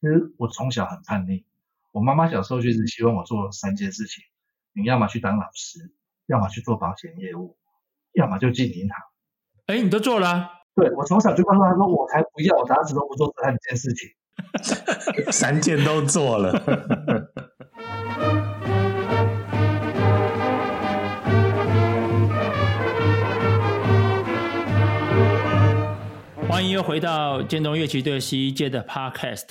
其实我从小很叛逆，我妈妈小时候就一直希望我做三件事情：你要么去当老师，要么去做保险业务，要么就进银行。哎，你都做了、啊，对我从小就告诉她说，我才不要，我打死都不做这三件事情。 三件都做了。欢迎又回到建中乐器队十一届的 Podcast。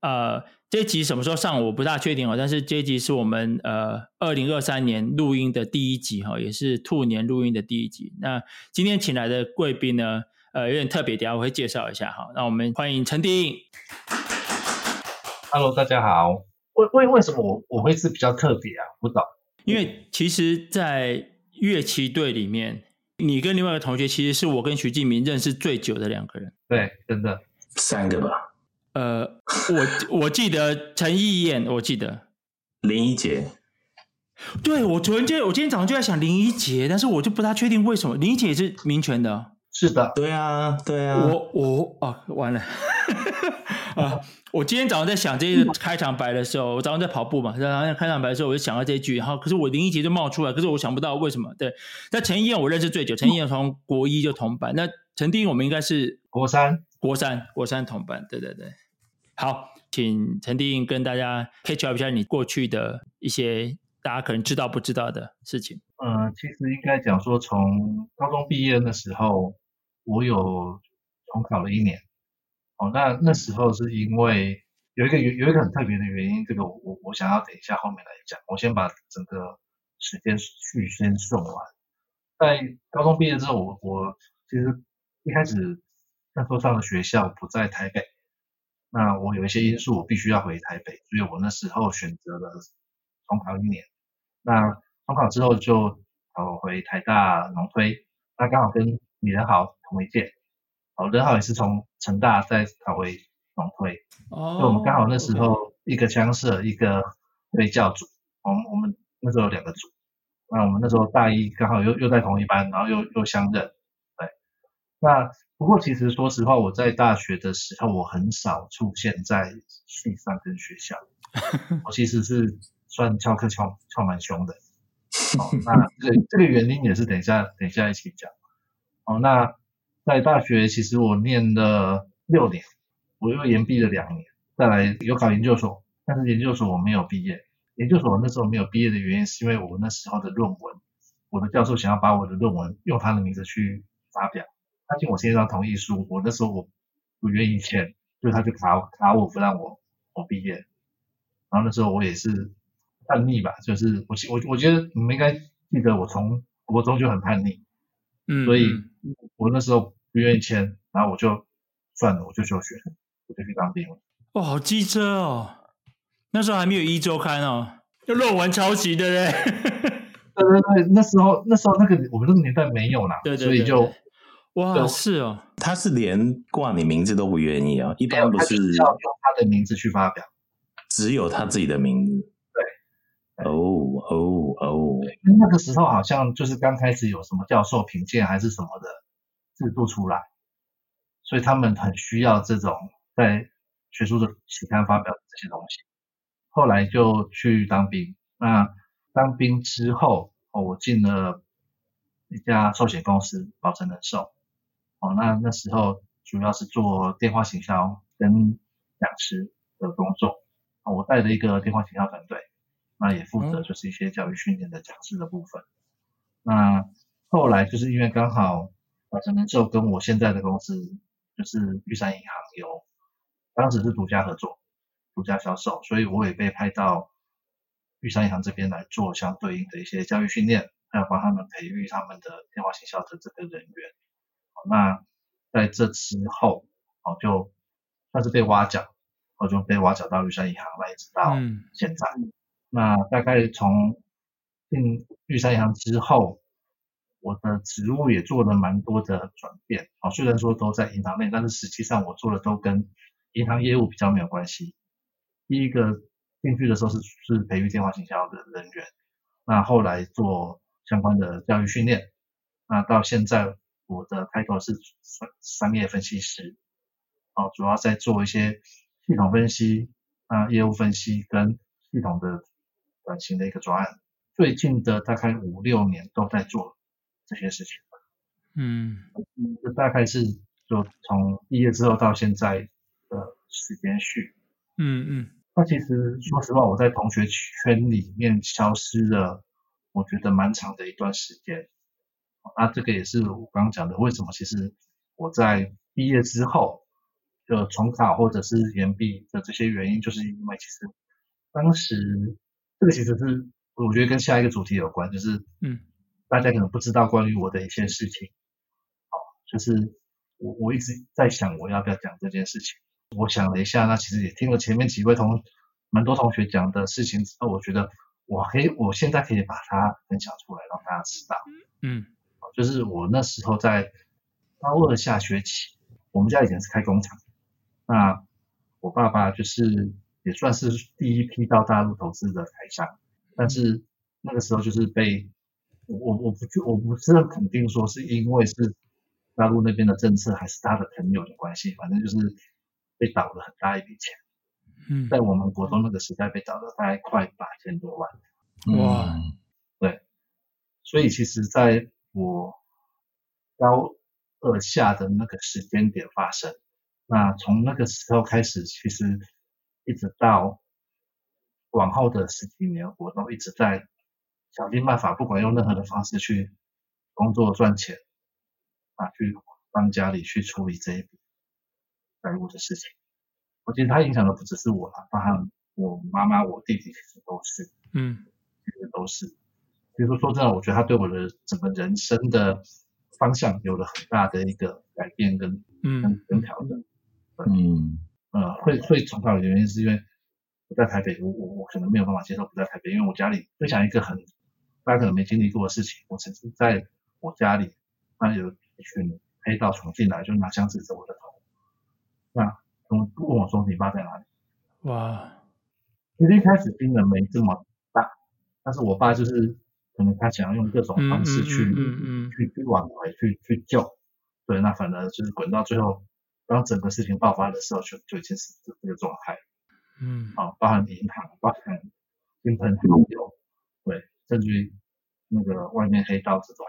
呃，这一集什么时候上我不大确定哦，但是这一集是我们呃二零二三年录音的第一集哈、哦，也是兔年录音的第一集。那今天请来的贵宾呢，呃，有点特别，等一下我会介绍一下哈。那我们欢迎陈定， Hello，大家好。为为为什么我我会是比较特别啊？不懂。因为其实，在乐器队里面，你跟另外一个同学其实是我跟徐敬明认识最久的两个人。对，真的。三个吧，呃，我我记得陈义燕，我记得，林一杰，对我昨天就我今天早上就在想林一杰，但是我就不大确定为什么林一杰也是民权的哦、是的，对啊，对啊，我我哦，完了 啊！我今天早上在想这个开场白的时候，我早上在跑步嘛，然后在开场白的时候我就想到这一句，然后可是我林一杰就冒出来，可是我想不到为什么。对，那陈一燕我认识最久，陈一燕从国一就同班，那陈定我们应该是国三。国三国三同班，对对对。好，请陈定跟大家 catch up 一下你过去的一些大家可能知道不知道的事情。嗯、其实应该讲说，从高中毕业那时候，我有重考了一年。哦，那那时候是因为有一个有有一个很特别的原因，这个我我我想要等一下后面来讲，我先把整个时间序先送完。在高中毕业之后，我我其实一开始那时候上的学校不在台北，那我有一些因素我必须要回台北，所以我那时候选择了重考一年。那重考之后就考回台大农推，那刚好跟李仁豪同一届，哦，仁豪也是从成大再考回农推，哦所以我们刚好那时候一个枪社，一个对教组，我们我们那时候有两个组，那我们那时候大一刚好又又在同一班，然后又又相认，对。那不过其实说实话，我在大学的时候，我很少出现在系上跟学校，我其实是算翘课翘翘蛮凶的。哦，那这个这个原因也是等一下等一下一起讲。哦，那在大学其实我念了六年，我又延毕了两年，再来有考研究所，但是研究所我没有毕业。研究所我那时候没有毕业的原因，是因为我那时候的论文，我的教授想要把我的论文用他的名字去发表，他请我签一张同意书，我那时候我不愿意签，所以他就卡我卡我不让我我毕业。然后那时候我也是叛逆吧，就是我记我我觉得你们应该记得我从国中就很叛逆，嗯，所以嗯我那时候不愿意签，然后我就算了，我就休学，我就去当兵了。哇，好机车哦！那时候还没有一周刊哦，就论文抄袭的嘞。对对对，那时候那时候那个我们那个年代没有啦， 对对对，所以就哇，对是哦，他是连挂你名字都不愿意啊，一没有般不他就是要用他的名字去发表。只有他自己的名字。对哦哦哦，因为那个时候好像就是刚开始有什么教授评鉴还是什么的制度出来，所以他们很需要这种在学术的期刊发表的这些东西。后来就去当兵，那当兵之后，哦，我进了一家寿险公司，保诚人寿。哦，那那时候主要是做电话行销跟讲师的工作。哦，我带了一个电话行销团队，那也负责就是一些教育训练的讲师的部分。那后来就是因为刚好保诚人寿跟我现在的公司就是玉山银行有，当时是独家合作、独家销售，所以我也被派到玉山银行这边来做相对应的一些教育训练，还有帮他们培育他们的电话行销的这个人员。好那在这之后，哦，就算是被挖角，我就被挖角到玉山银行，那一直到嗯现在。那大概从进玉山银行之后，我的职务也做了蛮多的转变哦。虽然说都在银行内，但是实际上我做的都跟银行业务比较没有关系。第一个进去的时候是是培育电话行销的人员，那后来做相关的教育训练，那到现在我的 title 是商商业分析师，哦，主要在做一些系统分析那业务分析跟系统的转型的一个专案，最近的大概五六年都在做这些事情。嗯这大概是就从毕业之后到现在的时间序。嗯嗯，那其实说实话，我在同学圈里面消失了，我觉得蛮长的一段时间。啊，这个也是我刚刚讲的，为什么其实我在毕业之后就重考或者是延毕的这些原因，就是因为其实当时这个其实是我觉得跟下一个主题有关，就是嗯大家可能不知道关于我的一些事情，哦，就是我我一直在想我要不要讲这件事情。我想了一下，那其实也听了前面几位同蛮多同学讲的事情之后，我觉得我可以，我现在可以把它分享出来让大家知道。嗯哦就是我那时候在高二下学期，我们家以前是开工厂，那我爸爸就是也算是第一批到大陆投资的台商，但是那个时候就是被我我我不去我不是很肯定说是因为是大陆那边的政策还是他的朋友的关系，反正就是被倒了很大一笔钱，嗯在我们国中那个时代被倒了大概快八千多万。哇哇，所以其实在我高二下的那个时间点发生，那从那个时候开始，其实一直到往后的十几年，我都一直在想尽办法，不管用任何的方式去工作赚钱，啊，去帮家里去处理这一笔财务的事情。我觉得它影响的不只是我啦，包含我妈妈、我弟弟，其实都是。嗯其实都是。比如说，说真的，我觉得他对我的整个人生的方向有了很大的一个改变跟跟嗯跟调整。嗯呃，会会重考的原因是因为我在台北，我我我可能没有办法接受不在台北，因为我家里分享一个很大家可能没经历过的事情，我曾经在我家里，那有一群黑道闯进来，就拿枪指着我的头，那跟我问我说你爸在哪里？哇其实一开始盯人没这么大，但是我爸就是可能他想要用各种方式去、嗯嗯嗯嗯嗯去去挽回、去去救，对，那反而就是滚到最后，当整个事情爆发的时候就，就已经是这个状态嗯啊，包含银行、包含亲朋好友，对，甚至于那个外面黑道这种，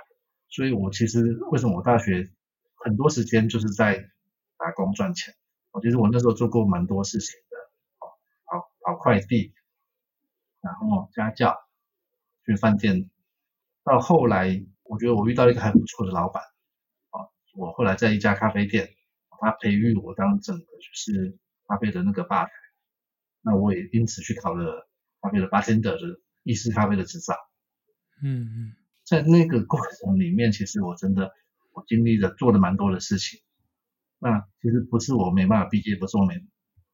所以我其实为什么我大学很多时间就是在打工赚钱，我其实我那时候做过蛮多事情的，哦跑跑快递，然后家教，去饭店，到后来我觉得我遇到一个还不错的老板，哦，我后来在一家咖啡店，哦他培育我当整个就是咖啡的那个吧台，那我也因此去考了咖啡的 bartender 的意式咖啡的执照。嗯在那个过程里面，其实我真的我经历了做了蛮多的事情。那其实不是我没办法毕业，不是我没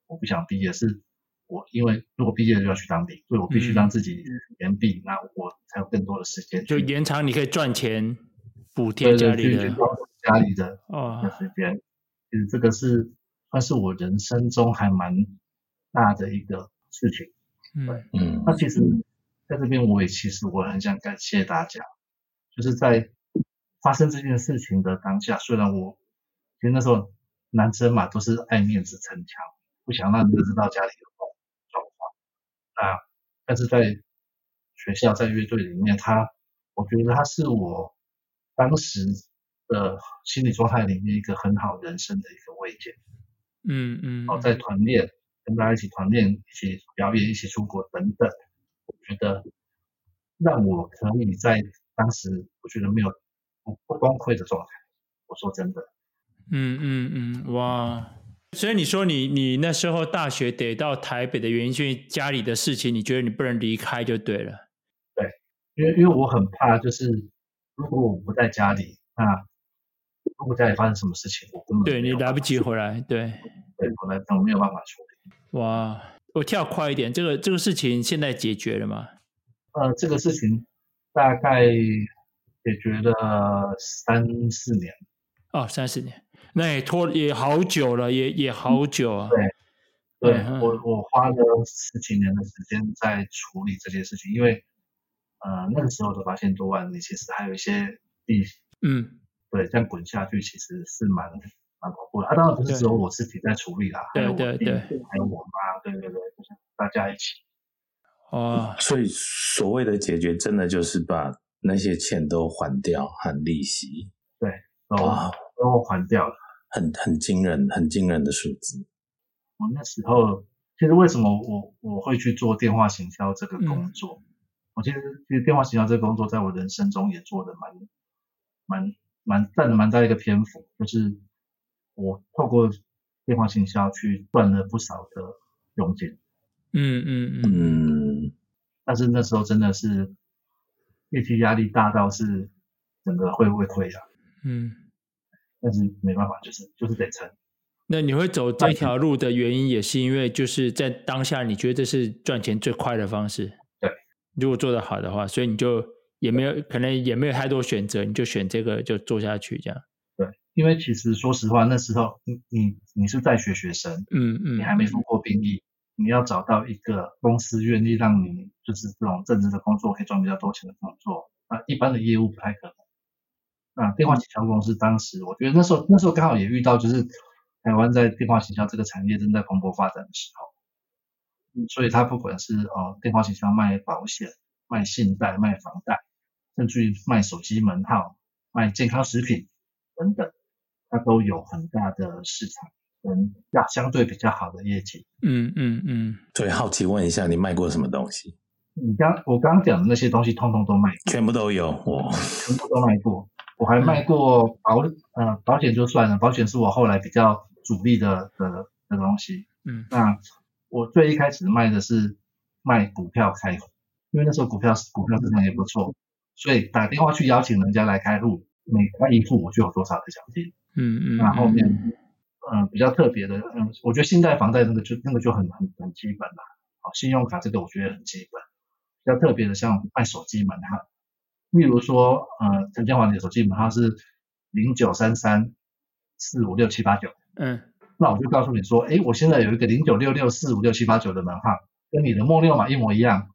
我不想毕业，是我因为如果毕业就要去当兵，所以我必须让自己延毕，那我才有更多的时间嗯，就去延长你可以赚钱补贴对家对里去的去帮家里的的哦，时间，其实这个是算是我人生中还蛮大的一个事情。嗯嗯那其实在这边我也其实我很想感谢大家，就是在发生这件事情的当下，虽然我其实那时候男生嘛都是爱面子逞强，不想让人家知道家里有状况，那但是在学校在乐队里面，他我觉得他是我当时的心理状态里面一个很好人生的一个慰藉。嗯嗯，哦，在团练，跟大家一起团练，一起表演，一起出国等等，我觉得让我可以在当时我觉得没有不不崩溃的状态。我说真的，嗯嗯嗯，哇！所以你说你你那时候大学得到台北的原因，是因为家里的事情，你觉得你不能离开就对了。因为因为我很怕，就是如果我不在家里，那如果家里发生什么事情，我根本对没你有啊来办不法及处回来，对，理，对我来我没有办法处理。哇！我跳快一点，这个这个事情现在解决了吗？呃，这个事情大概解决了三四年。哦，三十年，那也拖也好久了，也也好久啊。对对嗯哼我，我花了十几年的时间在处理这件事情，因为呃那个时候的八千多万，你其实还有一些利息，嗯，对，这样滚下去其实是蛮蛮恐怖的。啊，当然不是只有我自己在处理啦，还对有我对弟，对还有我妈，对对对，就是家一起。哦，所以所谓的解决，真的就是把那些钱都还掉含利息都、啊哇，都还掉了。很很惊人，很惊人的数字。我哦那时候其实为什么我我会去做电话行销这个工作？我其实其实电话行销这个工作在我人生中也做的蛮蛮蛮占了蛮大一个篇幅，就是我透过电话行销去赚了不少的佣金。嗯嗯嗯，嗯，但是那时候真的是业绩压力大到是整个会胃溃疡，嗯，但是没办法，就是就是得撑。那你会走这条路的原因，也是因为就是在当下，你觉得这是赚钱最快的方式。对，如果做得好的话，所以你就也没有可能也没有太多选择，你就选这个就做下去这样。对，因为其实说实话，那时候你你你是在学学生，嗯嗯，你还没服过兵役，你要找到一个公司愿意让你就是这种正职的工作可以赚比较多钱的工作，那一般的业务不太可能。那电话行销公司当时，我觉得那时候那时候刚好也遇到，就是台湾在电话行销这个产业正在蓬勃发展的时候，嗯所以它不管是哦电话行销卖保险、卖信贷、卖房贷，甚至于卖手机门号、卖健康食品等等，它都有很大的市场跟相相对比较好的业绩。嗯嗯嗯，所以好奇问一下，你卖过什么东西？你刚我刚刚讲的那些东西，通通都卖，全部都有，我全部都卖过。我还卖过保呃保险就算了，保险是我后来比较主力的的的东西。嗯那我最一开始卖的是卖股票开户，因为那时候股票股票市场也不错，所以打电话去邀请人家来开户，每开一户我就有多少的奖金。嗯嗯，那后面嗯嗯、呃比较特别的，嗯、我觉得信贷、房贷那个就那个就很很很基本啦。好，信用卡这个我觉得很基本。比较特别的，像卖手机门号，例如说，呃，陈建华的手机门号是零九三三四五六七八九，嗯那我就告诉你说，诶，我现在有一个零九六六四五六七八九的门号，跟你的末六码一模一样，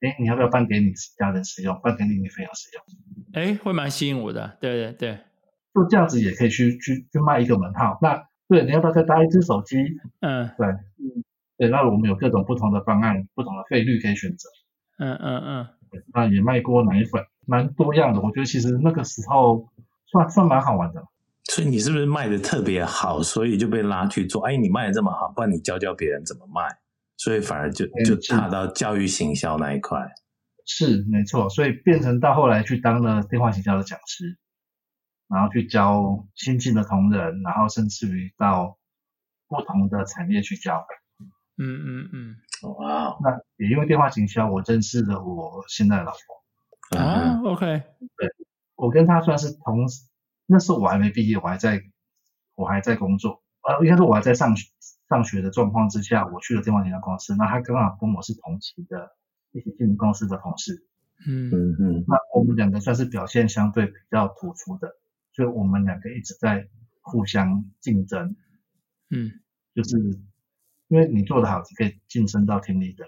诶，你要不要办给你家人使用，办给你女朋友使用？哎，会蛮吸引我的，对对对，就这样子也可以去去去卖一个门号。那对，你要不要再搭一只手机？嗯对，那我们有各种不同的方案，不同的费率可以选择。嗯嗯嗯，那也卖过奶粉，蛮多样的。我觉得其实那个时候算算蛮好玩的。所以你是不是卖的特别好，所以就被拉去做？哎，你卖的这么好，不然你教教别人怎么卖？所以反而就嗯就是踏到教育行销那一块。是没错，所以变成到后来去当了电话行销的讲师，然后去教新进的同仁，然后甚至于到不同的产业去教。嗯嗯哇哦，那也因为电话行销，我认识了我现在的老婆，嗯，嗯啊哼，OK，我跟她算是同时，那时候我还没毕业，我还在我还在工作，呃，应该说我还在上学上学的状况之下，我去了电话行销公司，那她刚好跟我是同期的，一起进公司的同事，嗯嗯哼，那我们两个算是表现相对比较突出的，所以我们两个一直在互相竞争，嗯就是因为你做得好，你可以晋升到厅里的，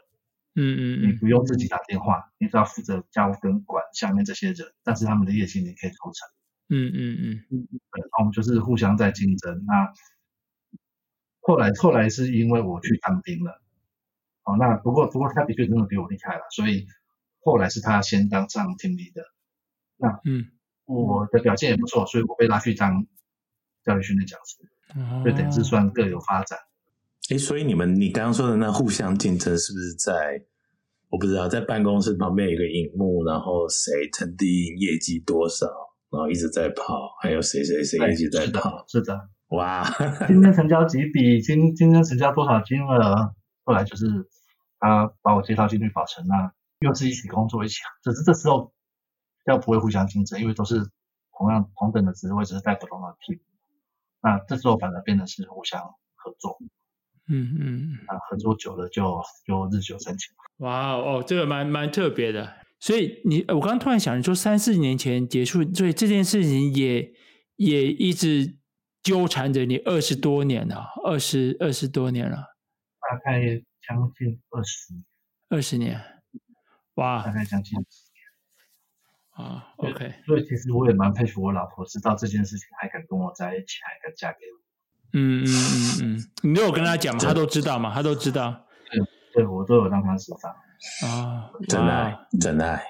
嗯嗯你嗯，不用自己打电话，你只要负责教跟管下面这些人，但是他们的业绩你可以抽成。嗯嗯嗯，对我们就是互相在竞争。那后来后来是因为我去当兵了，哦，那不过不过他的确真的比我厉害了，所以后来是他先当上厅里的。嗯，我的表现也不错，所以我被拉去当教育训练讲师，所以等于是哦算各有发展。哎，所以你们你刚刚说的那互相竞争，是不是在我不知道，在办公室旁边有一个荧幕，然后谁成绩业绩多少，然后一直在跑，还有谁谁谁一直 在是的跑，，是的。哇，今天成交几笔？今今天成交多少金额？后来就是他把我介绍进去宝城那，又是一起工作一起，只是这时候要不会互相竞争，因为都是同样同等的职位，只是带不同的 team。那这时候反而变得是互相合作，嗯嗯，嗯那合作久了就就日久生情。哇哦，哦这个蛮蛮特别的。所以你，呃我刚刚突然想，你说三四年前结束，所以这件事情也也一直纠缠着你二十多年了，二十二十多年了，大概将近二十，二十年，大哇概将近啊，OK，所以其实我也蛮佩服我老婆，知道这件事情还敢跟我在一起，还敢嫁给我。嗯嗯嗯嗯，你都有跟他讲吗？对他都知道吗？他都知道，对我都有让他受伤。啊，真哇爱，真爱，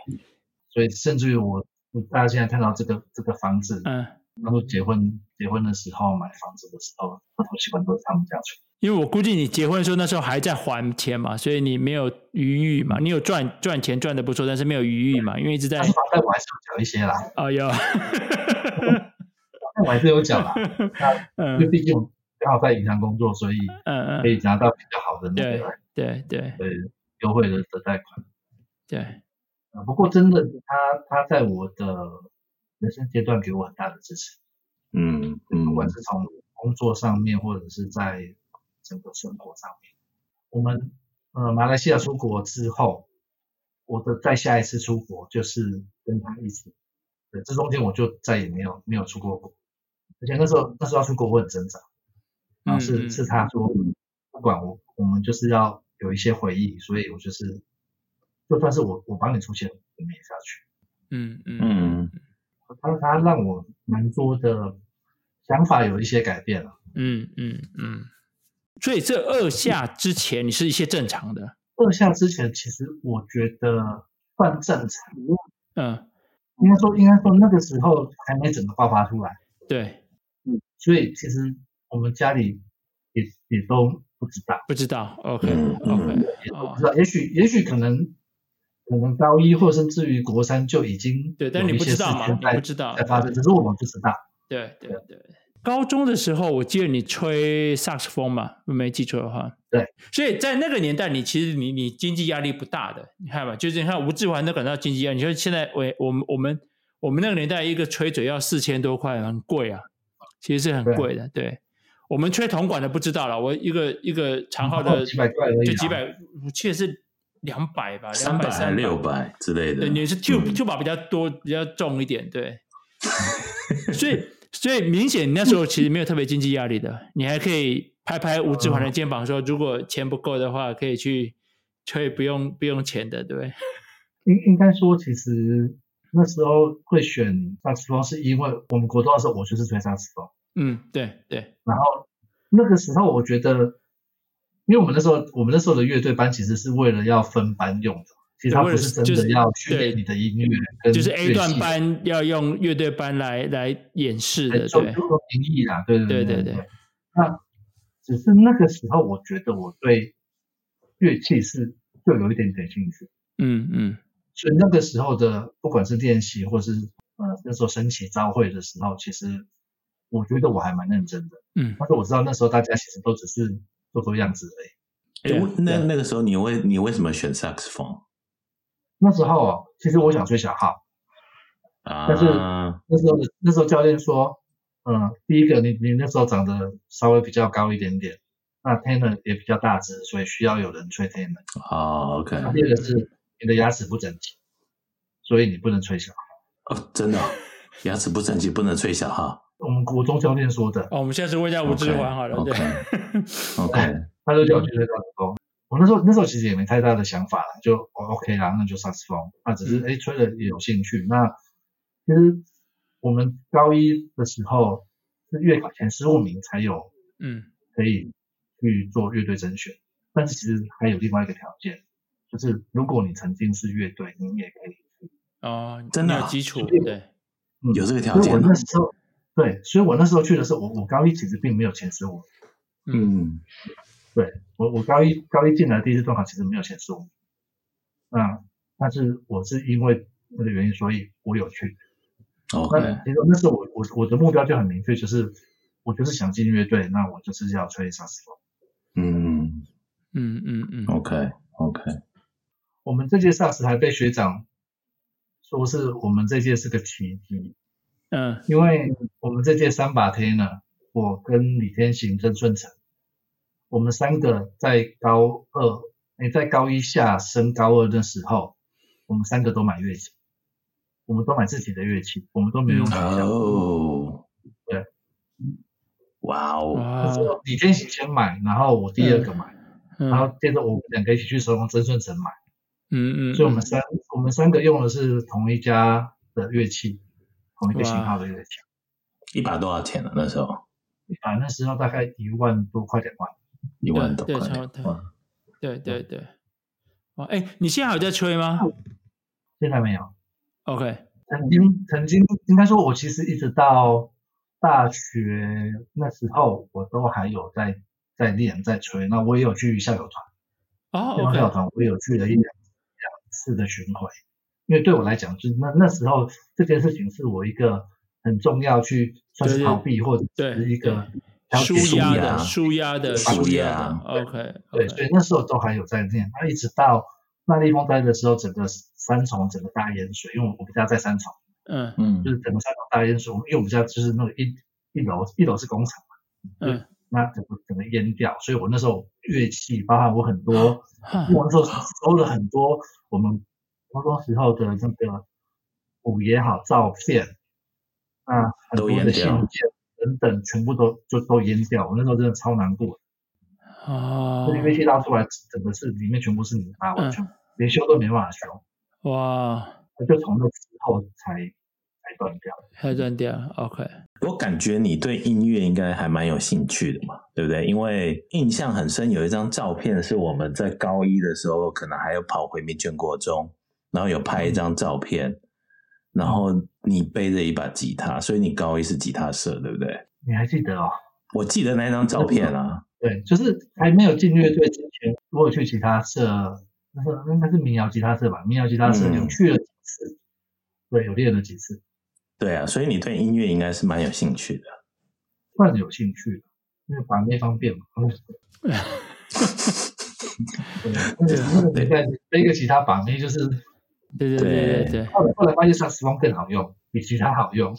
所以甚至于我，我大家现在看到这个这个房子，嗯，然后结婚结婚的时候买房子的时候，头期款都是他们家出。因为我估计你结婚的时候那时候还在还钱嘛，所以你没有余裕嘛，你有赚赚钱赚的不错，但是没有余裕嘛，因为一直在 但是房贷我还是有缴一些啦，哦有，但我还是有缴 啦，因为嗯毕竟我刚好在银行工作，所以嗯可嗯，以拿到比较好的那对个对对对优惠的的贷款。对，啊，不过真的，他他在我的人生阶段给我很大的支持，嗯不嗯，管是从工作上面，或者是在整个生活上面。我们呃马来西亚出国之后，我的再下一次出国就是跟他一起，对，这中间我就再也没有没有出过国，而且那时候那时候要出国我很挣扎，然后啊是嗯是他说不管我我们就是要有一些回忆，所以我就是就算是我我帮你出钱，我们也是要去。嗯嗯嗯他他让我蛮多的想法有一些改变了。嗯嗯嗯，所以这二下之前你是一些正常的，二项之前，其实我觉得算正常，嗯应该说应该说那个时候还没整个爆发出来，对，所以其实我们家里也也都不知道，不知道，OK 嗯 OK，也都哦不知，道，也许也许可能可能高一或甚至于国三就已经对，但有是你一不些知道事嘛，情你不在知道，在发生，只是我们不知道。对对对。高中的时候，我记得你吹萨克斯风嘛，我没记错的话。对，所以在那个年代，你其实你你经济压力不大的，你看吧，就是你看吴志环都感到经济压力，你说现在我我们我们我们那个年代一个吹嘴要四千多块，很贵啊，其实是很对贵的。对，我们吹铜管的不知道了，我一个一个长号然的后几百块而已啊就几百，我记得是两百吧，三两百还三六百之类的，对，你是 tube、tube 吧比较多，比较重一点，对。所以，所以明显你那时候其实没有特别经济压力的，你还可以拍拍吴志环的肩膀说，如果钱不够的话，可以去吹，不用不用钱的，对。应应该说，其实那时候会选萨克斯风，是因为我们国中的时候我就是吹萨克斯风，嗯，对对，然后那个时候我觉得，因为我们那时候我们那时候的乐队班其实是为了要分班用的，其实它为了不是真就是的要训对练你的音乐跟就是乐 A 段器班要用乐队班来来演示对的，就对就说名义啦，对对对对对对。那只是那个时候，我觉得我对乐器是就有一点点兴趣。嗯嗯所以那个时候的，不管是练习或是呃那时候升旗招会的时候，其实我觉得我还蛮认真的。嗯但是我知道那时候大家其实都只是做做样子而已。哎、对我那对那个时候你为你为什么选萨克斯风那时候哦，其实我想吹小号，啊？但是那时候的那时候教练说，嗯，第一个你你那时候长得稍微比较高一点点，那 tenor 也比较大只，所以需要有人吹 tenor。哦，OK，那第二个是你的牙齿不整齐，所以你不能吹小号。哦，真 的哦、牙齿不整齐不能吹小号。我们国中教练说的，哦，我们下次问一下吴志环好了 OK，OK， 他就叫我去吹萨克斯风。我那时候那时候其实也没太大的想法啦，就哦 OK 啦，那就萨克斯风。那只是嗯哎吹了也有兴趣。那其实我们高一的时候是月考前十五名才有嗯可以去做乐队甄选，但是其实还有另外一个条件，就是如果你曾经是乐队，你也可以。哦，真的你啊有基础，所以对，嗯有这个条所以我件吗啊那时候对，所以我那时候去的时候，我我高一其实并没有前十五，嗯我我高一高一进来第一次段考其实没有前十五名，那啊但是我是因为那个原因，所以我有去。 ，OK，那其实那时候我我我的目标就很明确，就是我就是想进乐队，那我就是要吹萨克斯风。嗯嗯嗯嗯， ，OK OK，我们这届萨克斯还被学长说是我们这届是个奇迹，嗯因为我们这届三把天呢，我跟李天行、曾顺成，我们三个在高二，诶，在高一下升高二的时候，我们三个都买乐器，我们都买自己的乐器，我们都没有买嗯学校。哦，对，哇哦，哇那时，候李天行先买，然后我第二个买，然嗯后接着我们两个一起去收工曾顺成买，嗯嗯，所以我们三我们三个用的是同一家的乐器，同一个型号的乐器。一把多少钱了？那时候啊，那时候大概一万多，快两万。一万多对，块差不多钱，哇对对嗯对。哦，哎，你现在还有在吹吗现在没有。 ？OK，曾经曾经应该说，我其实一直到大学那时候，我都还有在在练在吹。那我也有去校友团，哦校友，OK，团我也有去了一两两次的巡回，因为对我来讲，就是那那时候这件事情是我一个很重要去算是对逃避或者对是一个调节舒舒压压的，舒压的，舒舒压压的，OK，啊对，所以那时候都还有在练。那一直到那立风灾的时候，整个三重整个大淹水，因为我我们家在三重。嗯嗯就是整个三种大淹水，我们因为我们家就是那个一一楼一楼是工厂嘛，嗯，那整个整个淹掉，所以我那时候乐器，包含我很多，哈我那时候收了很多我们高中时候的那个鼓也好，照片，啊，很都多淹的信掉件等等，全部都就都淹掉，我那时候真的超难过的，哦那，乐器拉出来，整个是里面全部是泥巴，嗯完全连修都没办法修，哇，就从那之后才才断掉。太断掉了，OK，我感觉你对音乐应该还蛮有兴趣的嘛，对不对？因为印象很深，有一张照片是我们在高一的时候，可能还有跑回民权国中，然后有拍一张照片，然后你背着一把吉他，所以你高一是吉他社，对不对？你还记得哦？我记得那张照片啊，对，就是还没有进乐队之前，我有去吉他社，那时候应该是民谣吉他社吧，民谣吉他社嗯有去了几次，对，有练了几次，对啊，所以你对音乐应该是蛮有兴趣的。算是有兴趣的，因为把妹方便嘛。 对，那个那个年代背个吉他把妹，就是对对对对对对，后来后来发现萨克斯风更好用，比吉他好用。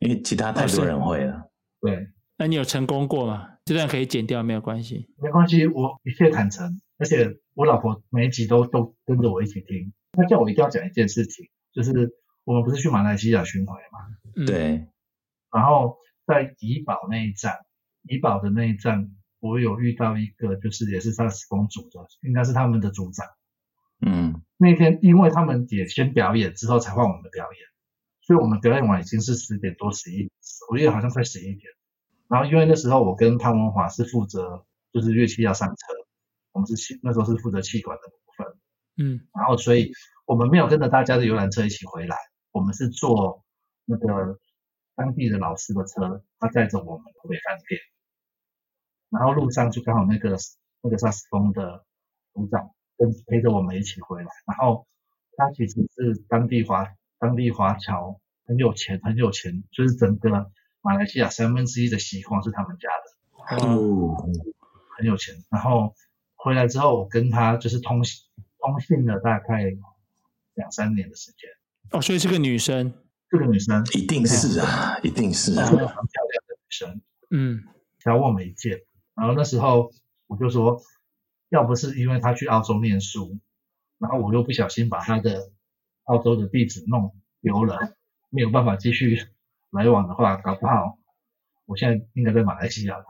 因为吉他太多人会了，对，那你有成功过吗？这段可以剪掉，没有关系。没关系，我一切坦诚，而且我老婆每一集都都跟着我一起听，她叫我一定要讲一件事情，就是我们不是去马来西亚巡回嘛。嗯，对，然后在怡保那一站，怡保的那一站，我有遇到一个就是也是萨克斯风组的，应该是他们的组长。嗯，那天因为他们也先表演之后才换我们表演，所以我们表演完已经是十点多十一，我记得好像快十一点。然后因为那时候我跟潘文华是负责就是乐器要上车，我们是气那时候是负责气管的部分，嗯然后所以我们没有跟着大家的游览车一起回来，我们是坐那个当地的老师的车，他载着我们回饭店。然后路上就刚好那个那个萨克斯风的组长跟陪着我们一起回来，然后他其实是当地华当地华侨，很有钱很有钱，就是整个马来西亚三分之一的锡矿是他们家的。嗯哦，很有钱。然后回来之后，我跟他就是通信通信了大概两三年的时间。哦，所以是个女生，这个女生一定是啊，一定是是啊个很漂，亮的女生，嗯小我们一届。然后那时候我就说，要不是因为她去澳洲念书，然后我又不小心把她的澳洲的地址弄丢了，没有办法继续来往的话，搞不好我现在应该在马来西亚吧。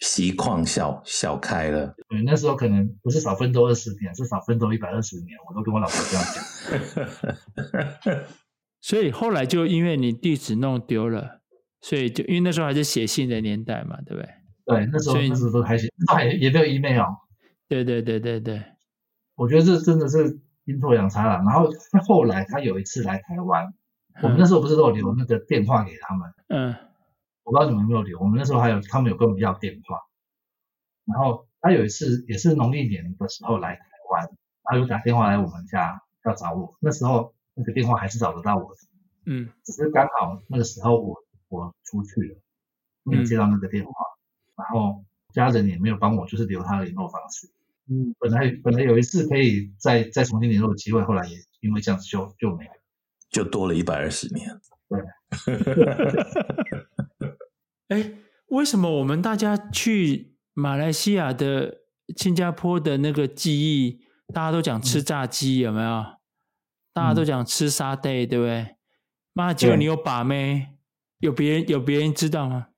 习矿小小开了。对，那时候可能不是少奋斗二十年，是少奋斗一百二十年，我都跟我老婆这样讲。所以后来就因为你地址弄丢了，所以就因为那时候还是写信的年代嘛，对不对？对，那时候哦所以那时候都还行，那时候还也没有 email，对对对对对，我觉得这真的是阴错阳差了。然后他后来他有一次来台湾，我们那时候不是都有留那个电话给他们，嗯我不知道你们有没有留，我们那时候还有他们有跟我们要电话。然后他有一次也是农历年的时候来台湾，然后有打电话来我们家要找我，那时候那个电话还是找得到我的，嗯只是刚好那个时候我我出去了，没有接到那个电话，然后家人也没有帮我，就是留他的联络方式。嗯，本来本来有一次可以再再重新联络的机会，后来也因为这样子就就没了。就多了一百二十年。对，嗯，哎，为什么我们大家去马来西亚的、新加坡的那个记忆，大家都讲嗯吃炸鸡，有没有？大家都讲吃沙爹，对不对？妈，只有对你有把妹，有别人有别人知道吗？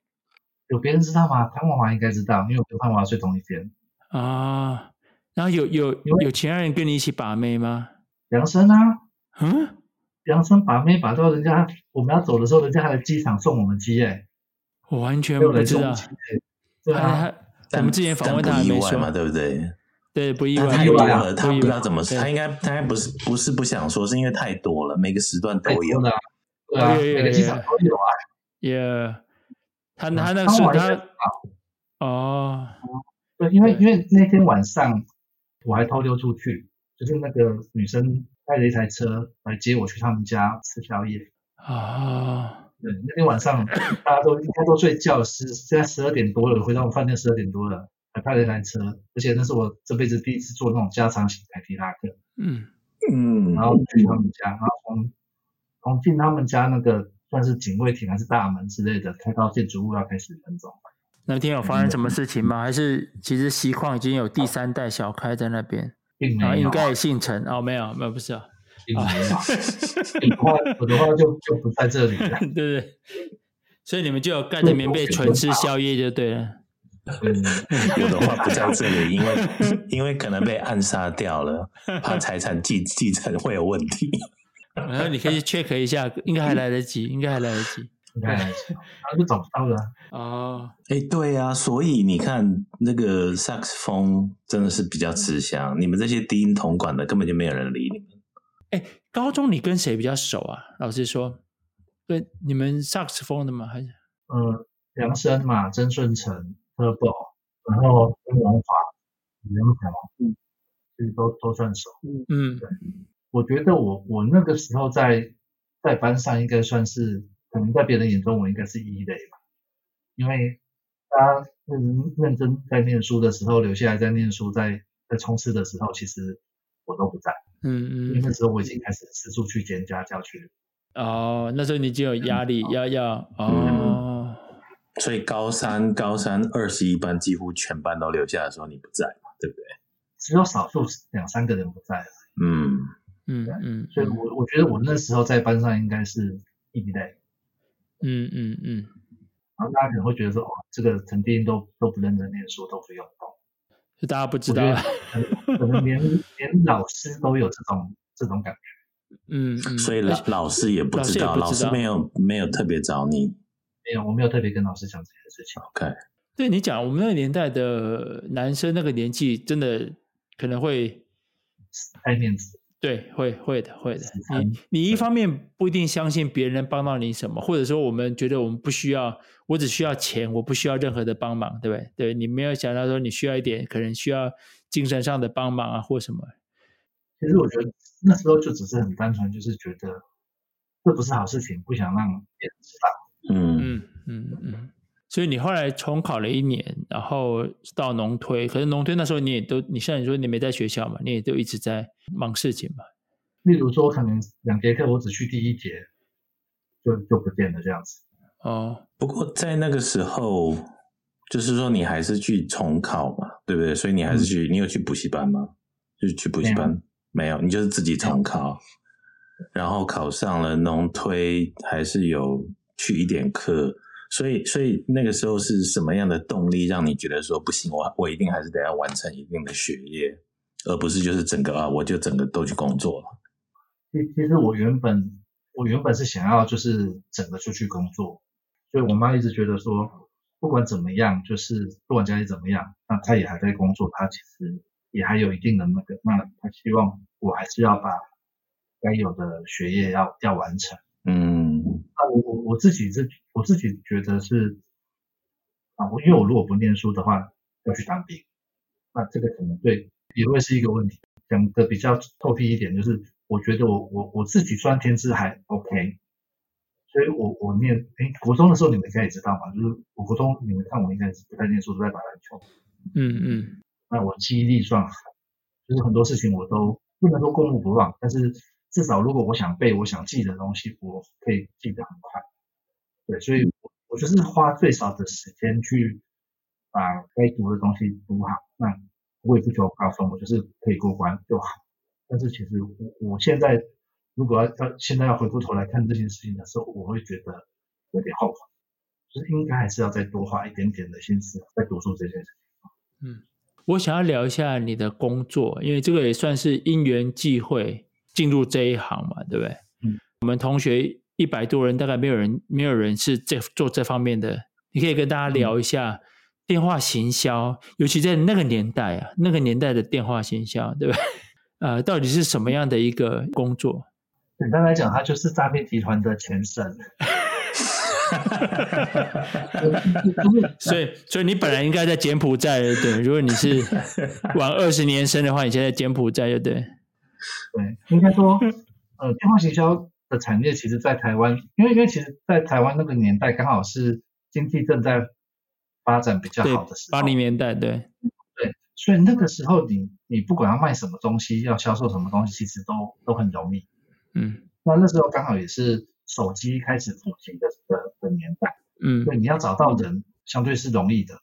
有别人知道吗？潘文华应该知道，因为我跟潘文华睡同一间。啊，然后有有因为有其他人跟你一起把妹吗？杨生啊，嗯，杨生把妹把到人家，我们要走的时候，人家还来机场送我们鸡耶、我完全没有不人知送道。鸡、欸。对他啊，他我们之前访问他但还不意没外嘛，说，对不对？对，不意但外，太意多外了，他不知道怎么，对他应该他应该不是不是不想说，是因为太多了，每个时段都太有多。了啊，对啊，有有有每个机场都有啊。也、他嗯他那当是晚也他哦，对，因为对因为那天晚上我还偷溜出去，就是那个女生开了一台车来接我去他们家吃宵夜。啊，对，那天晚 上大家都应该都睡觉，十现在十二点多了，回到我们饭店十二点多了，还派了一台车，而且那是我这辈子第一次坐那种加长型凯迪拉克，嗯，嗯，然后去他们家，然后从从进他们家那个算是警卫亭还是大门之类的，开到建筑物要开十分钟。那天有发生什么事情吗？还是其实锡矿已经有第三代小开在那边，并没有啊，然后应该也姓陈哦，没有没有不是啊，并没 有。你的话，我的话就就不在这里了。对对，所以你们就有盖着棉被纯吃宵夜就对了。嗯， 有的话不在这里，因为因为可能被暗杀掉了，怕财产继继承会有问 题。然后你可以 check 一下，应该还来得及，应该还来得及。应该来讲，然后就找不到了啊。哦，哎，对啊，所以你看那个萨克斯风真的是比较吃香，你们这些低音铜管的根本就没有人理你们。高中你跟谁比较熟啊？老师说，跟你们萨克斯风的吗？还是嗯，梁生嘛，曾顺成、Turbo，然后曾文华、李元强，嗯，其实都都算熟。嗯我觉得我我那个时候在在班上应该算是，可能在别人眼中我应该是一类吧，因为大家认认真在念书的时候，留下来在念书，在在冲刺的时候，其实我都不在，因为嗯那嗯，时候我已经开始四处去兼家教去了。哦，那时候你就有压力，要要哦，所以高三高三二十一班几乎全班都留下的时候，你不在嘛，对不对？只有少数两三个人不在，嗯，嗯嗯所以我我觉得我那时候在班上应该是异类，嗯嗯嗯，然后大家可能会觉得说，哦，这个陈定都都不认真念书，都不用功，就大家不知我觉道，得可能可能连连老师都有这种这种感觉，嗯嗯， 所以老老师也不知老道，老师也不知道师没有没有特别找你。没有，我没有特别跟老师讲这件事情， OK，对你讲，我们那个年代的男生那个年纪，真的可能会爱面子，对，会会的，会的死。缠你你一方面不一定相信别人能帮到你什么，或者说我们觉得我们不需要，我只需要钱，我不需要任何的帮忙，对不对？对你没有想到说你需要一点，可能需要精神上的帮忙啊，或什么。其实我觉得那时候就只是很单纯，就是觉得这不是好事情，不想让别人知道，嗯，嗯嗯嗯。所以你后来重考了一年，然后到农推，可是农推那时候你也都，你像你说你没在学校嘛，你也都一直在忙事情嘛。例如说，我可能两节课我只去第一节，就就不见了这样子。哦，不过在那个时候，就是说你还是去重考嘛，对不对？所以你还是去，你有去补习班吗？就是去补习班嗯没有，你就是自己重考，然后考上了农推，还是有去一点课。所以，所以那个时候是什么样的动力让你觉得说不行，我我一定还是得要完成一定的学业，而不是就是整个啊，我就整个都去工作了。其其实我原本我原本是想要就是整个出去工作，所以我妈一直觉得说，不管怎么样，就是不管家里怎么样，那她也还在工作，她其实也还有一定的那个，那她希望我还是要把该有的学业要要完成。嗯那我我我自己是我自己觉得是啊，我因为我如果不念书的话，要去当兵，那这个可能对也会是一个问题。讲的比较透辟一点，就是我觉得我我我自己算天资还 OK，所以我我念哎国中的时候你们应该也知道嘛，就是我国中你们看我应该是不太念书，都在打篮球，嗯嗯。那我记忆力算好，就是很多事情我都不能说过目不忘，但是至少如果我想背、我想记的东西，我可以记得很快。对，所以我我就是花最少的时间去把该读的东西读好。那我也不求高分，我就是可以过关就好。但是其实我我现在如果要要现在要回过头来看这件事情的时候，我会觉得有点后悔，就是应该还是要再多花一点点的心思在读书这件事情。我想要聊一下你的工作，因为这个也算是因缘际会进入这一行嘛，对不对？嗯，我们同学一嗯百多人，大概没有人没有人是这做这方面的。你可以跟大家聊一下电话行销，尤其在那个年代啊，那个年代的电话行销，对吧？ 呃，到底是什么样的一个工作？简单来讲，它就是诈骗集团的前身。所以，所以你本来应该在柬埔寨，对不对？如果你 是晚二十年生的话，你现在柬埔寨，对不对？对，应该说，嗯呃，电话行销的产业其实，在台湾，因为因为其实，在台湾那个年代，刚好是经济正在发展比较对好的时，候八，零年代，对，对，所以那个时候你，你不管要卖什么东西，要销售什么东西，其实都都很容易。嗯那那时候刚好也是手机开始普及的的的年代，嗯所以你要找到人相对是容易的。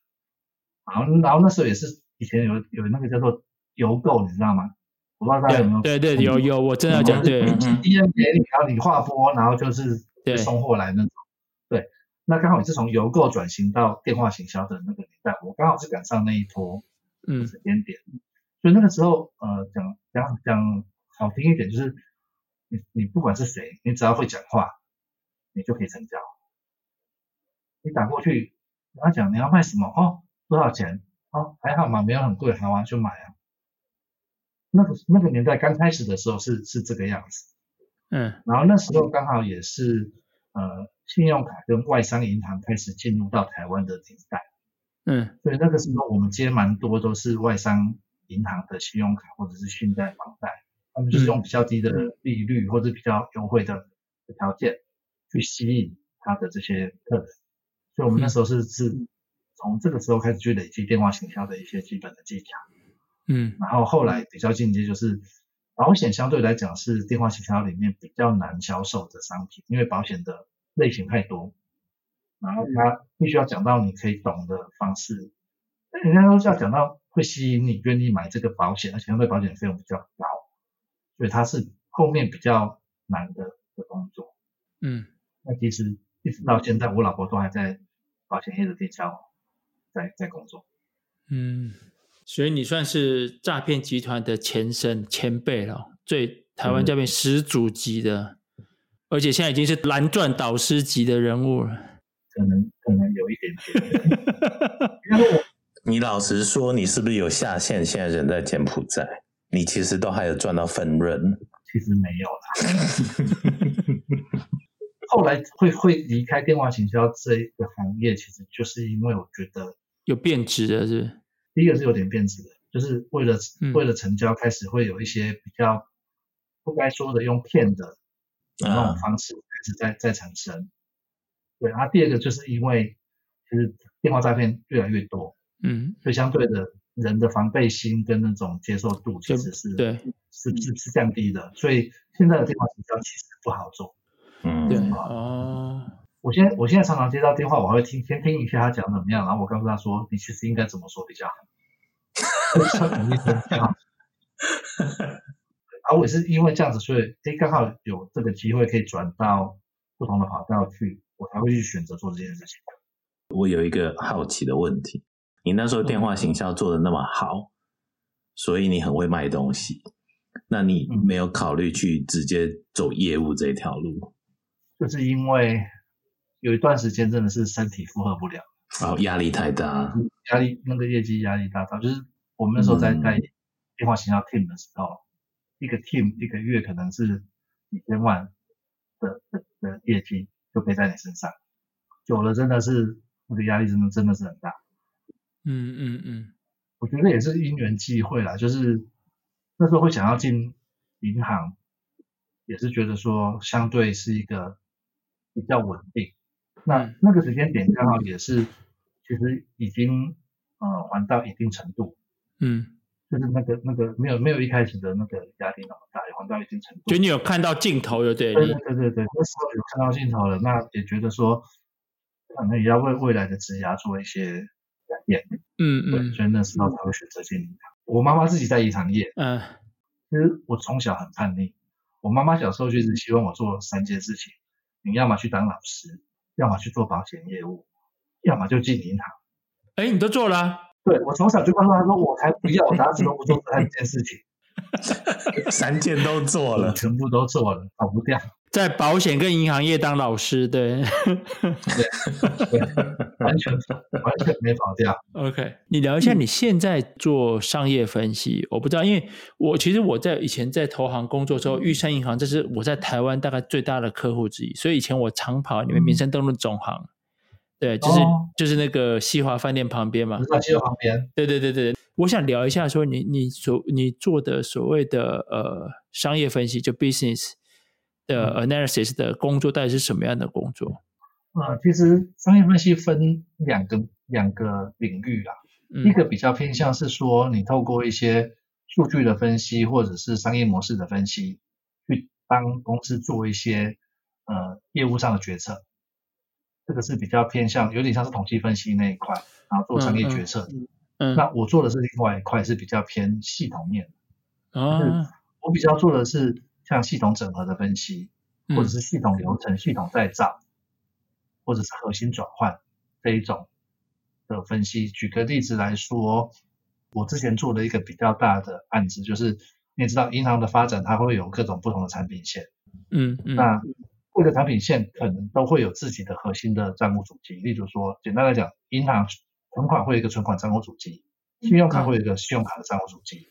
然后然后那时候也是以前有有那个叫做邮购，你知道吗？我不知道大家有没有对对对，有有，我真的要讲对，嗯一人给你，然后你划拨，然后就是对送货来那种。对，那刚好也是从邮购转型到电话行销的那个年代，我刚好是赶上那一波嗯时间点。所以那个时候，呃，讲讲讲好听一点，就是你你不管是谁，你只要会讲话，你就可以成交。你打过去，跟他讲你要卖什么哦，多少钱哦，还好嘛，没有很贵，好啊，就买啊。那个那个年代刚开始的时候是是这个样子。嗯然后那时候刚好也是呃，信用卡跟外商银行开始进入到台湾的年代，嗯所以那个时候我们接蛮多都是外商银行的信用卡或者是信贷、房贷，他们就是用比较低的利率或者比较优惠的条件去吸引他的这些客人，所以我们那时候是是从这个时候开始去累积电话行销的一些基本的技巧。嗯然后后来比较进阶就是保险相对来讲是电话行销里面比较难销售的商品，因为保险的类型太多，然后它必须要讲到你可以懂的方式，那人家都是要讲到会吸引你愿意买这个保险，而且相对保险费用比较高，所以它是后面比较难的的工作。嗯，那其实一直到现在，我老婆都还在保险业的电销在在工作。嗯，所以你算是诈骗集团的前身前辈了，最台湾这边始祖级的，而且现在已经是蓝钻导师级的人物了。可能可能有一点点，因为我你老实说，你是不是有下线？现在人在柬埔寨，你其实都还有赚到分润。其实没有啦。 后来会会离开电话行销这一个行业，其实就是因为我觉得，有变质的是不是，第一个是有点变质的，就是为了、嗯为了成交，开始会有一些比较不该说的用骗的哦啊那啊种方式开始在、在产生。对，然后第二个就是因为其实电话诈骗越来越多，嗯，所以相对的人的防备心跟那种接受度其实是嗯对，是是是降低的，所以现在的电话行销其实不好做。嗯，对，哦，我现在我现在常常接到电话，我还会听先听一下他讲怎么样，然后我告诉他说，你其实应该怎么说比较好，他肯定是这样。啊，我也是因为这样子，所以诶，刚好有这个机会可以转到不同的跑道去，我才会去选择做这件事情。我有一个好奇的问题：你那时候电话行销做的那么好，所以你很会卖东西，那你嗯没有考虑去直接走业务这条路？就是因为有一段时间真的是身体负荷不了，然后压力 太大，压力那个业绩压力大到，就是我们那时候在嗯在电话行销 team 的时候，一个 team 一个月可能是几千万的的的业绩就背在你身上，久了真的是那个压力真的真的是很大。嗯嗯嗯我觉得也是因缘际会啦，就是那时候会想要进银行，也是觉得说相对是一个比较稳定。那嗯那个时间点刚好也是，其实已经呃还到一定程度，嗯，就是那个那个没有没有一开始的那个压力那么大，也还到一定程度。就你有看到镜头，对不对？对你对对对对，那时候有看到镜头了，那也觉得说，可能也要为未来的职涯做一些改变。嗯对，嗯所以那时候才会选择进银行。我妈妈自己在银行业，嗯其实我从小很叛逆。我妈妈小时候就一直希望我做三件事情：你要么去当老师，要么去做保险业务，要么就进银行。哎，你都做了啊、对我从小就告诉她说，我才不要，我打死都不做这三件事情，三件都做我了，全部都做了，跑不掉。在保险跟银行业当老师，对完全完全没跑掉。 ，OK。你聊一嗯下你现在做商业分析，我不知道，因为我其实我在以前在投行工作的时候，玉山银行这是我在台湾大概最大的客户之一，所以以前我长跑你们民生东路总行，对，就是、嗯哦嗯就是那个西华饭店旁边嘛不，是在西游旁边，对对对对，我想聊一下，说你你所你做的所谓的呃商业分析，就 business 的嗯 analysis 的工作，到底是什么样的工作？呃，其实商业分析分两个两个领域啦，嗯一个比较偏向是说你透过一些数据的分析或者是商业模式的分析，去帮公司做一些呃业务上的决策，这个是比较偏向有点像是统计分析那一块，然后做商业嗯嗯决策的。嗯那我做的是另外一块是比较偏系统面的，啊，我比较做的是像系统整合的分析，嗯或者是系统流程、系统再造，或者是核心转换这一种的分析。举个例子来说，我之前做的一个比较大的案子，就是你也知道，银行的发展它会有各种不同的产品线，嗯嗯嗯那各个产品线可能都会有自己的核心的账务主机。例如说，简单来讲，银行存款会有一个存款账务主机，信用卡会有一个信用卡的账务主机。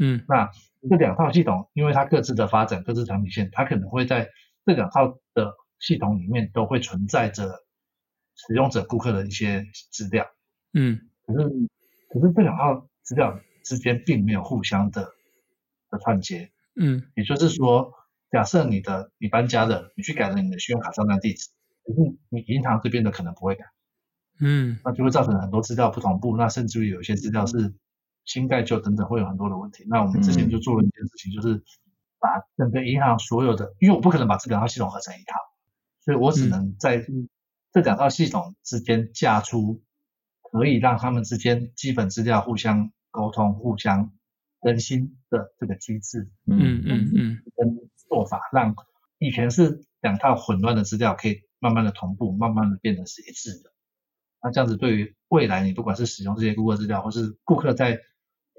嗯那这两套系统，因为它各自的发展、各自产品线，它可能会在这两套的系统里面都会存在着使用者、顾客的一些资料。嗯可是，可是这两套资料之间并没有互相的的串接。嗯也就是说，假设你的你搬家了，你去改了你的信用卡账单地址，可是你银行这边的可能不会改，嗯那就会造成很多资料不同步，那甚至于有一些资料是新盖旧等等，会有很多的问题。那我们之前就做了一件事情，就是把整个银行所有的，因为我不可能把这两套系统合成一套，所以我只能在这两套系统之间架出可以让他们之间基本资料互相沟通、互相更新的这个机制嗯嗯嗯跟做法，让以前是两套混乱的资料可以慢慢的同步，慢慢的变成是一致的。那这样子对于未来你不管是使用这些顾客资料，或是顾客在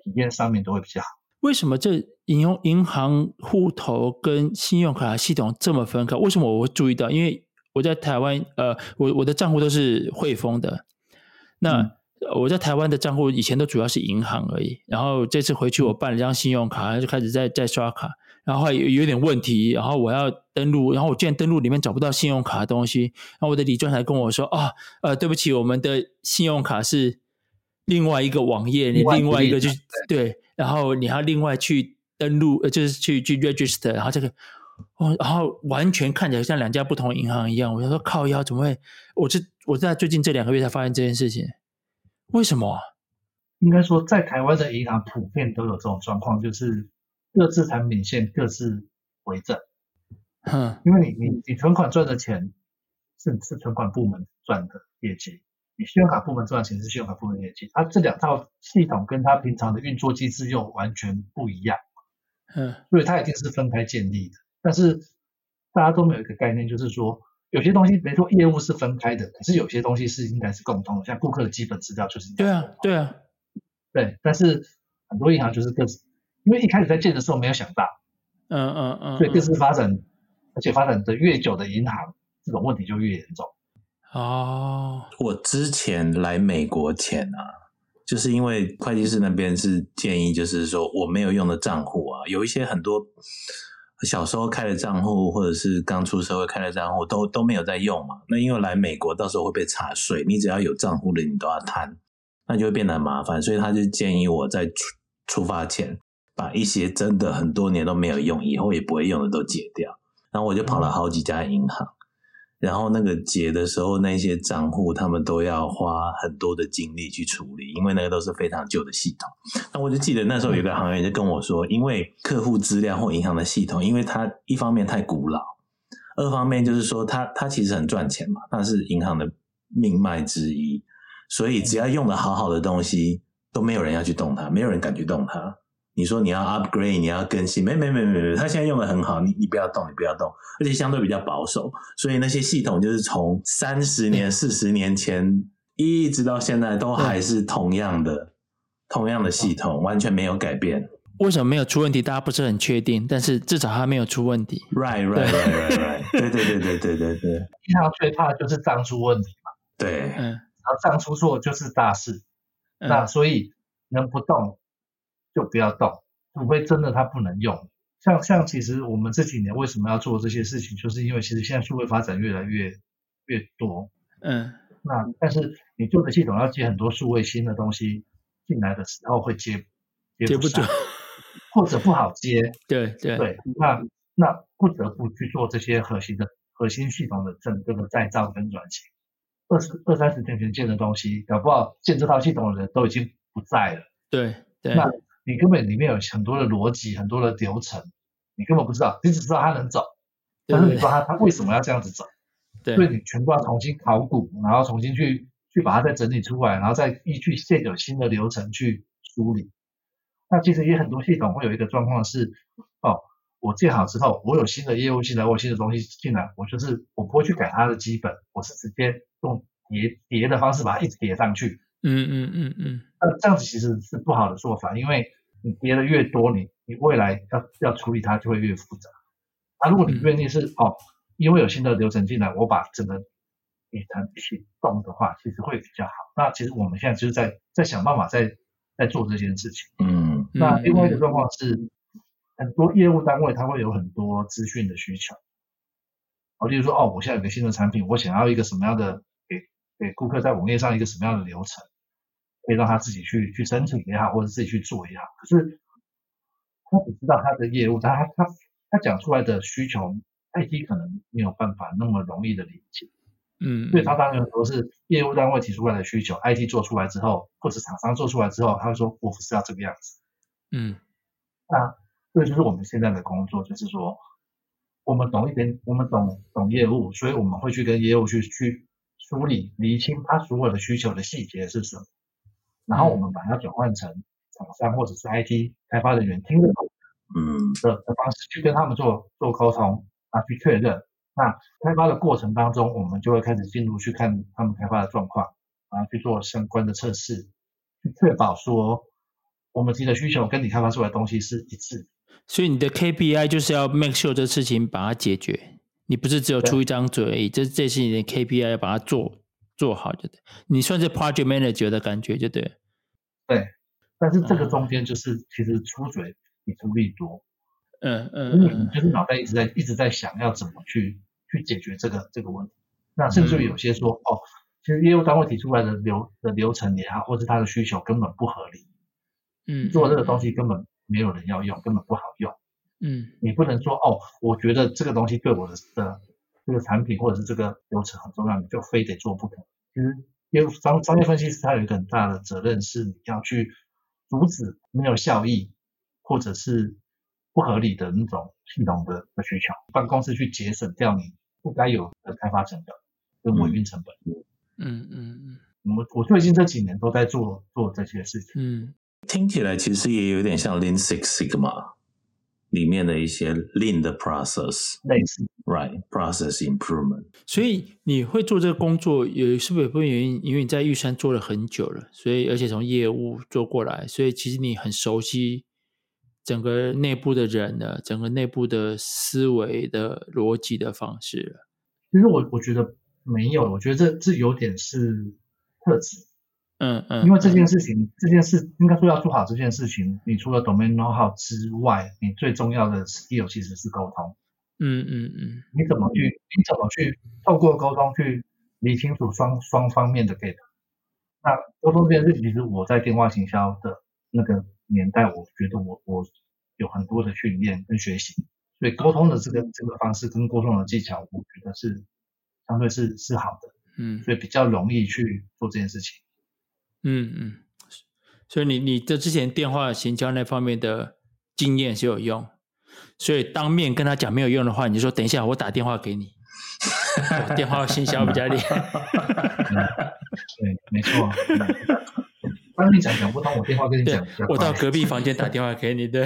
体验上面都会比较好。为什么这银用银行户头跟信用卡系统这么分开？为什么我会注意到？因为我在台湾，呃，我我的账户都是汇丰的，那、嗯呃我在台湾的账户以前都主要是银行而已。然后这次回去，我办了张信用卡，然后就开始在在刷卡，然后后来有有点问题，然后我要登录，然后我竟然登录里面找不到信用卡的东西，然后我的理专才跟我说啊，呃，对不起，我们的信用卡是另外一个网页，你另外另外一个一个就地址对，然后你还要另外去登录，呃，就是去去 register，然后这个。哦，然后完全看起来像两家不同银行一样，我就说靠腰怎么会？我是我在最近这两个月才发现这件事情，为什么啊？应该说，在台湾的银行普遍都有这种状况，就是各自产品线各自为政，哼，因为你你你存款赚的钱是是存款部门赚的业绩，你信用卡部门赚的钱是信用卡部门的业绩，它这两套系统跟它平常的运作机制又完全不一样。嗯所以它一定是分开建立的。但是大家都没有一个概念，就是说有些东西，没错，业务是分开的，可是有些东西是应该是共通的，像顾客的基本资料就是应该是对啊共通的对啊，对。但是很多银行就是各自，因为一开始在建的时候没有想到，嗯嗯嗯，所以各嗯自发展，而且发展的越久的银行，这种问题就越严重。哦，我之前来美国前啊，就是因为会计师那边是建议，就是说我没有用的账户啊，有一些很多小时候开的账户，或者是刚出社会开的账户，都都没有在用嘛。那因为来美国到时候会被查税，你只要有账户的，你都要摊，那就会变得很麻烦。所以他就建议我在出出发前，把一些真的很多年都没有用，以后也不会用的都解掉。然后我就跑了好几家银行。然后那个解的时候，那些账户他们都要花很多的精力去处理，因为那个都是非常旧的系统。那我就记得那时候有个行员就跟我说，因为客户资料或银行的系统，因为它一方面太古老，二方面就是说它它其实很赚钱嘛，它是银行的命脉之一，所以只要用的好好的东西，都没有人要去动它，没有人敢去动它。你说你要 upgrade，你要更新，没没没没没，它现在用的很好，你你不要动，你不要动，而且相对比较保守，所以那些系统就是从三十年、四十年前一直到现在都还是同样的、同样的系统，完全没有改变。为什么没有出问题，大家不是很确定，但是至少它没有出问题。 Right, right, right, right, right. 对对对对对对对银行最怕的就是账出问题嘛，对，嗯，然后账出错就是大事。嗯那所以能不动就不要动，除非真的它不能用。像像其实我们这几年为什么要做这些事情，就是因为其实现在数位发展越来越越多，嗯那但是你旧的系统要接很多数位新的东西进来的时候会接接不不住上，或者不好接。对对对，那那不得不去做这些核心的核心系统的整个的再造跟转型。二十二三十年前建的东西，搞不好建这套系统的人都已经不在了，对对那你根本里面有很多的逻辑，很多的流程，你根本不知道，你只知道它能走，但是你不知道它它为什么要这样子走，对所以你全部要重新考古，然后重新去去把它再整理出来，然后再依据现有新的流程去梳理。那其实也很多系统会有一个状况是，哦，我建好之后，我有新的业务进来，我有新的东西进来，我就是我不会去改它的基本，我是直接用叠叠的方式把它一直叠上去。嗯嗯嗯嗯，那这样子其实是不好的做法，因为你叠的越多，你你未来要要处理它就会越复杂。啊，如果你嗯愿意是、哦，因为有新的流程进来，我把整个底层一起动的话，其实会比较好。那其实我们现在就是在在想办法在在做这件事情。嗯那另外一个嗯状况是，很多业务单位它会有很多资讯的需求。哦，例如说，哦，我现在有个新的产品，我想要一个什么样的给给顾客在网页上一个什么样的流程，可以让他自己去去申请也好，或者自己去做也好。可是他只知道他的业务，他他他他讲出来的需求，IT 可能没有办法那么容易的理解。嗯，所以它当然有很多是业务单位提出来的需求，IT 做出来之后，或者厂商做出来之后，他会说我不是要这个样子。嗯那这就是我们现在的工作，就是说我们懂一点，我们懂懂业务，所以我们会去跟业务去去梳理、厘清他所有的需求的细节是什么，然后我们把它转换成厂商或者是 IT 开发人员听得懂嗯的的方式去跟他们做做沟通啊，去确认。那开发的过程当中，我们就会开始进入去看他们开发的状况，然后去做相关的测试，去确保说我们提的需求跟你开发出来的东西是一致的。所以你的 KPI 就是要 make sure 这事情把它解决，你不是只有对出一张嘴而已，这这是你的 KPI 要把它做做好就对，你算是 project manager 的感觉就对了，但是这个中间就是其实出嘴比出力多，嗯嗯因为你嗯就是脑袋一直在一直在想要怎么去去解决这个这个问题。那甚嗯至于有些说、哦，其实业务单位提出来的流的流程也好，或是他的需求根本不合理，嗯，做这个东西根本没有人要用，根本不好用。嗯，你不能说哦，我觉得这个东西对我的的这个产品或者是这个流程很重要，你就非得做不可。其实，因为商商业分析师他有一个很大的责任是你要去阻止没有效益或者是不合理的那种系统的的需求，办公室去节省掉你不该有的开发成本跟维运成本。嗯嗯嗯我们我最近这几年都在做做这些事情。嗯听起来其实也有点像 Lean Six Sigma 里面的一些 Lean 的 process，right 类似 process improvement。嗯，所以你会做这个工作，有是不是有部分原因？因为你在玉山做了很久了，所以而且从业务做过来，所以其实你很熟悉整个内部的人了，整个内部的思维的逻辑的方式了。其实我我觉得没有，我觉得这这有点是特质。嗯嗯，因为这嗯件事情，这件事应该说要做好这件事情，你除了 domain know how 之外，你最重要的 skill 其实是沟通。嗯嗯嗯你怎么去，你怎么去透过沟通去理清楚双双方面的 gap。那沟通这件事情，其实我在电话行销的那个年代，我觉得我我有很多的训练跟学习，所以沟通的这个这个方式跟沟通的技巧，我觉得是相对是是好的，嗯所以比较容易去做这件事情。嗯嗯，所以你你这之前电话行销那方面的经验是有用，所以当面跟他讲没有用的话，你就说等一下我打电话给你，我电话行销比较厉害。对，没错。当你讲讲不通，我电话跟你对讲比较，快。我到隔壁房间打电话给你。对，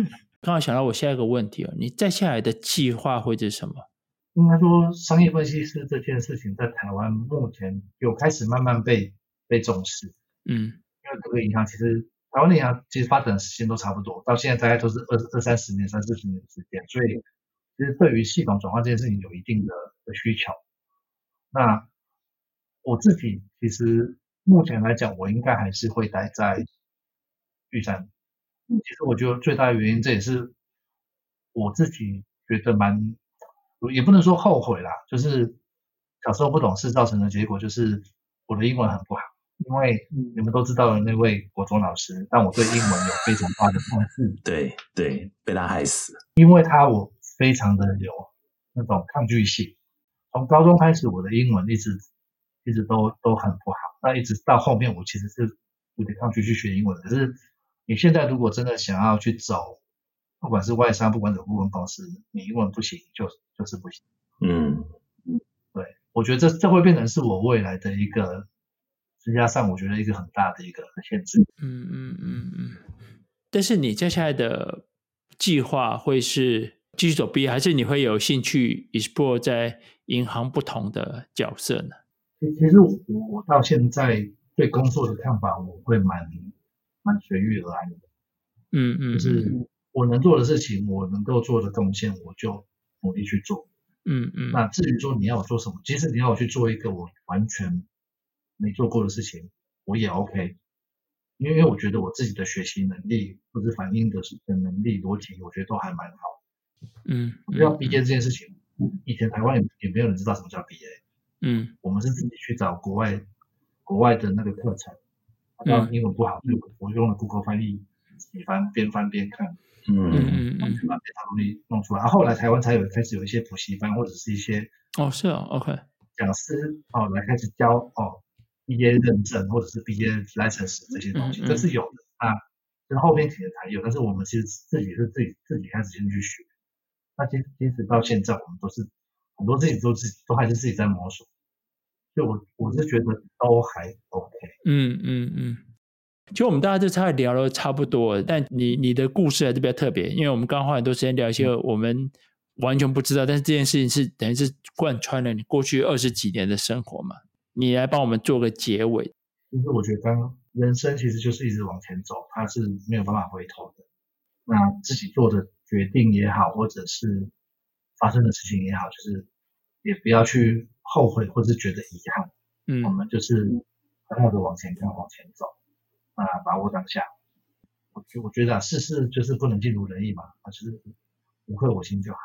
刚好想到我下一个问题哦，你再下来的计划会是什么？应该说，商业分析师这件事情在台湾目前有开始慢慢被被重视，嗯因为各个银行其实台湾的银行其实发展时间都差不多，到现在大概都是二二三十年、三四十年的时间，所以其实对于系统转换这件事情有一定的的需求。那我自己其实目前来讲，我应该还是会待在玉山。其实我觉得最大的原因，这也是我自己觉得蛮，也不能说后悔啦，就是小时候不懂事造成的结果，就是我的英文很不好。因为你们都知道的那位国中老师，但我对英文有非常大的控制，对对，被他害死。因为他我非常的有那种抗拒性。从高中开始，我的英文一直一直都都很不好，那一直到后面，我其实是有点抗拒去学英文的。可是你现在如果真的想要去走，不管是外商，不管是顾问公司，你英文不行就就是不行。嗯，对，我觉得这这会变成是我未来的一个。再加上我觉得一个很大的一个限制，嗯嗯嗯嗯。但是你接下来的计划会是继续走 B，还是你会有兴趣 explore 在银行不同的角色呢？其其实我我到现在对工作的看法，我会蛮蛮随遇而安的，嗯嗯，就是我能做的事情，我能够做的贡献，我就努力去做。嗯嗯。那至于说你要我做什么，即使你要我去做一个我完全没做过的事情，我也 OK，因为我觉得我自己的学习能力或者反应的的能力、逻辑，我觉得都还蛮好。嗯，嗯要毕业这件事情，以前台湾也也没有人知道什么叫毕业，嗯我们是自己去找国外国外的那个课程，那英文不好，所以我我用了 Google 翻译，己翻边翻边看，嗯嗯，嗯嗯。去把这套东西弄出来。啊后来台湾才有开始有一些补习班或者是一些哦，是哦，OK。讲师哦来开始教哦毕业认证或者是毕业 license 这些东西，嗯嗯这是有的啊，就是后面几年才有，但是我们其实自己是自己自己开始先去学，那其实即使到现在，我们都是很多自己都自己都还是自己在摸索，所以我我是觉得都还 OK。嗯嗯嗯，其实我们大家就差聊了差不多了，但你你的故事还是比较特别，因为我们刚刚花很多时间聊一嗯些我们完全不知道，但是这件事情是等于是贯穿了你过去二十几年的生活嘛。你来帮我们做个结尾，其实我觉得刚人生其实就是一直往前走，它是没有办法回头的。那自己做的决定也好，或者是发生的事情也好，就是也不要去后悔或是觉得遗憾，嗯我们就是好好的往前看，往前走，那把握当下。我觉我觉得啊，事事就是不能尽如人意嘛，啊，就是无愧我心就好。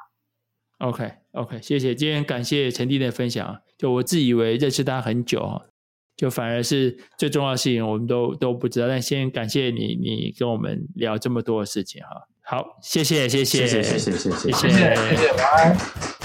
，OK OK，谢谢，今天感谢陈弟的分享啊，就我自以为认识他很久啊，就反而是最重要的事情我们都都不知道，但先感谢你，你跟我们啊聊这么多的事情哈、好，谢谢谢谢谢谢谢谢谢谢谢谢，谢谢，晚安。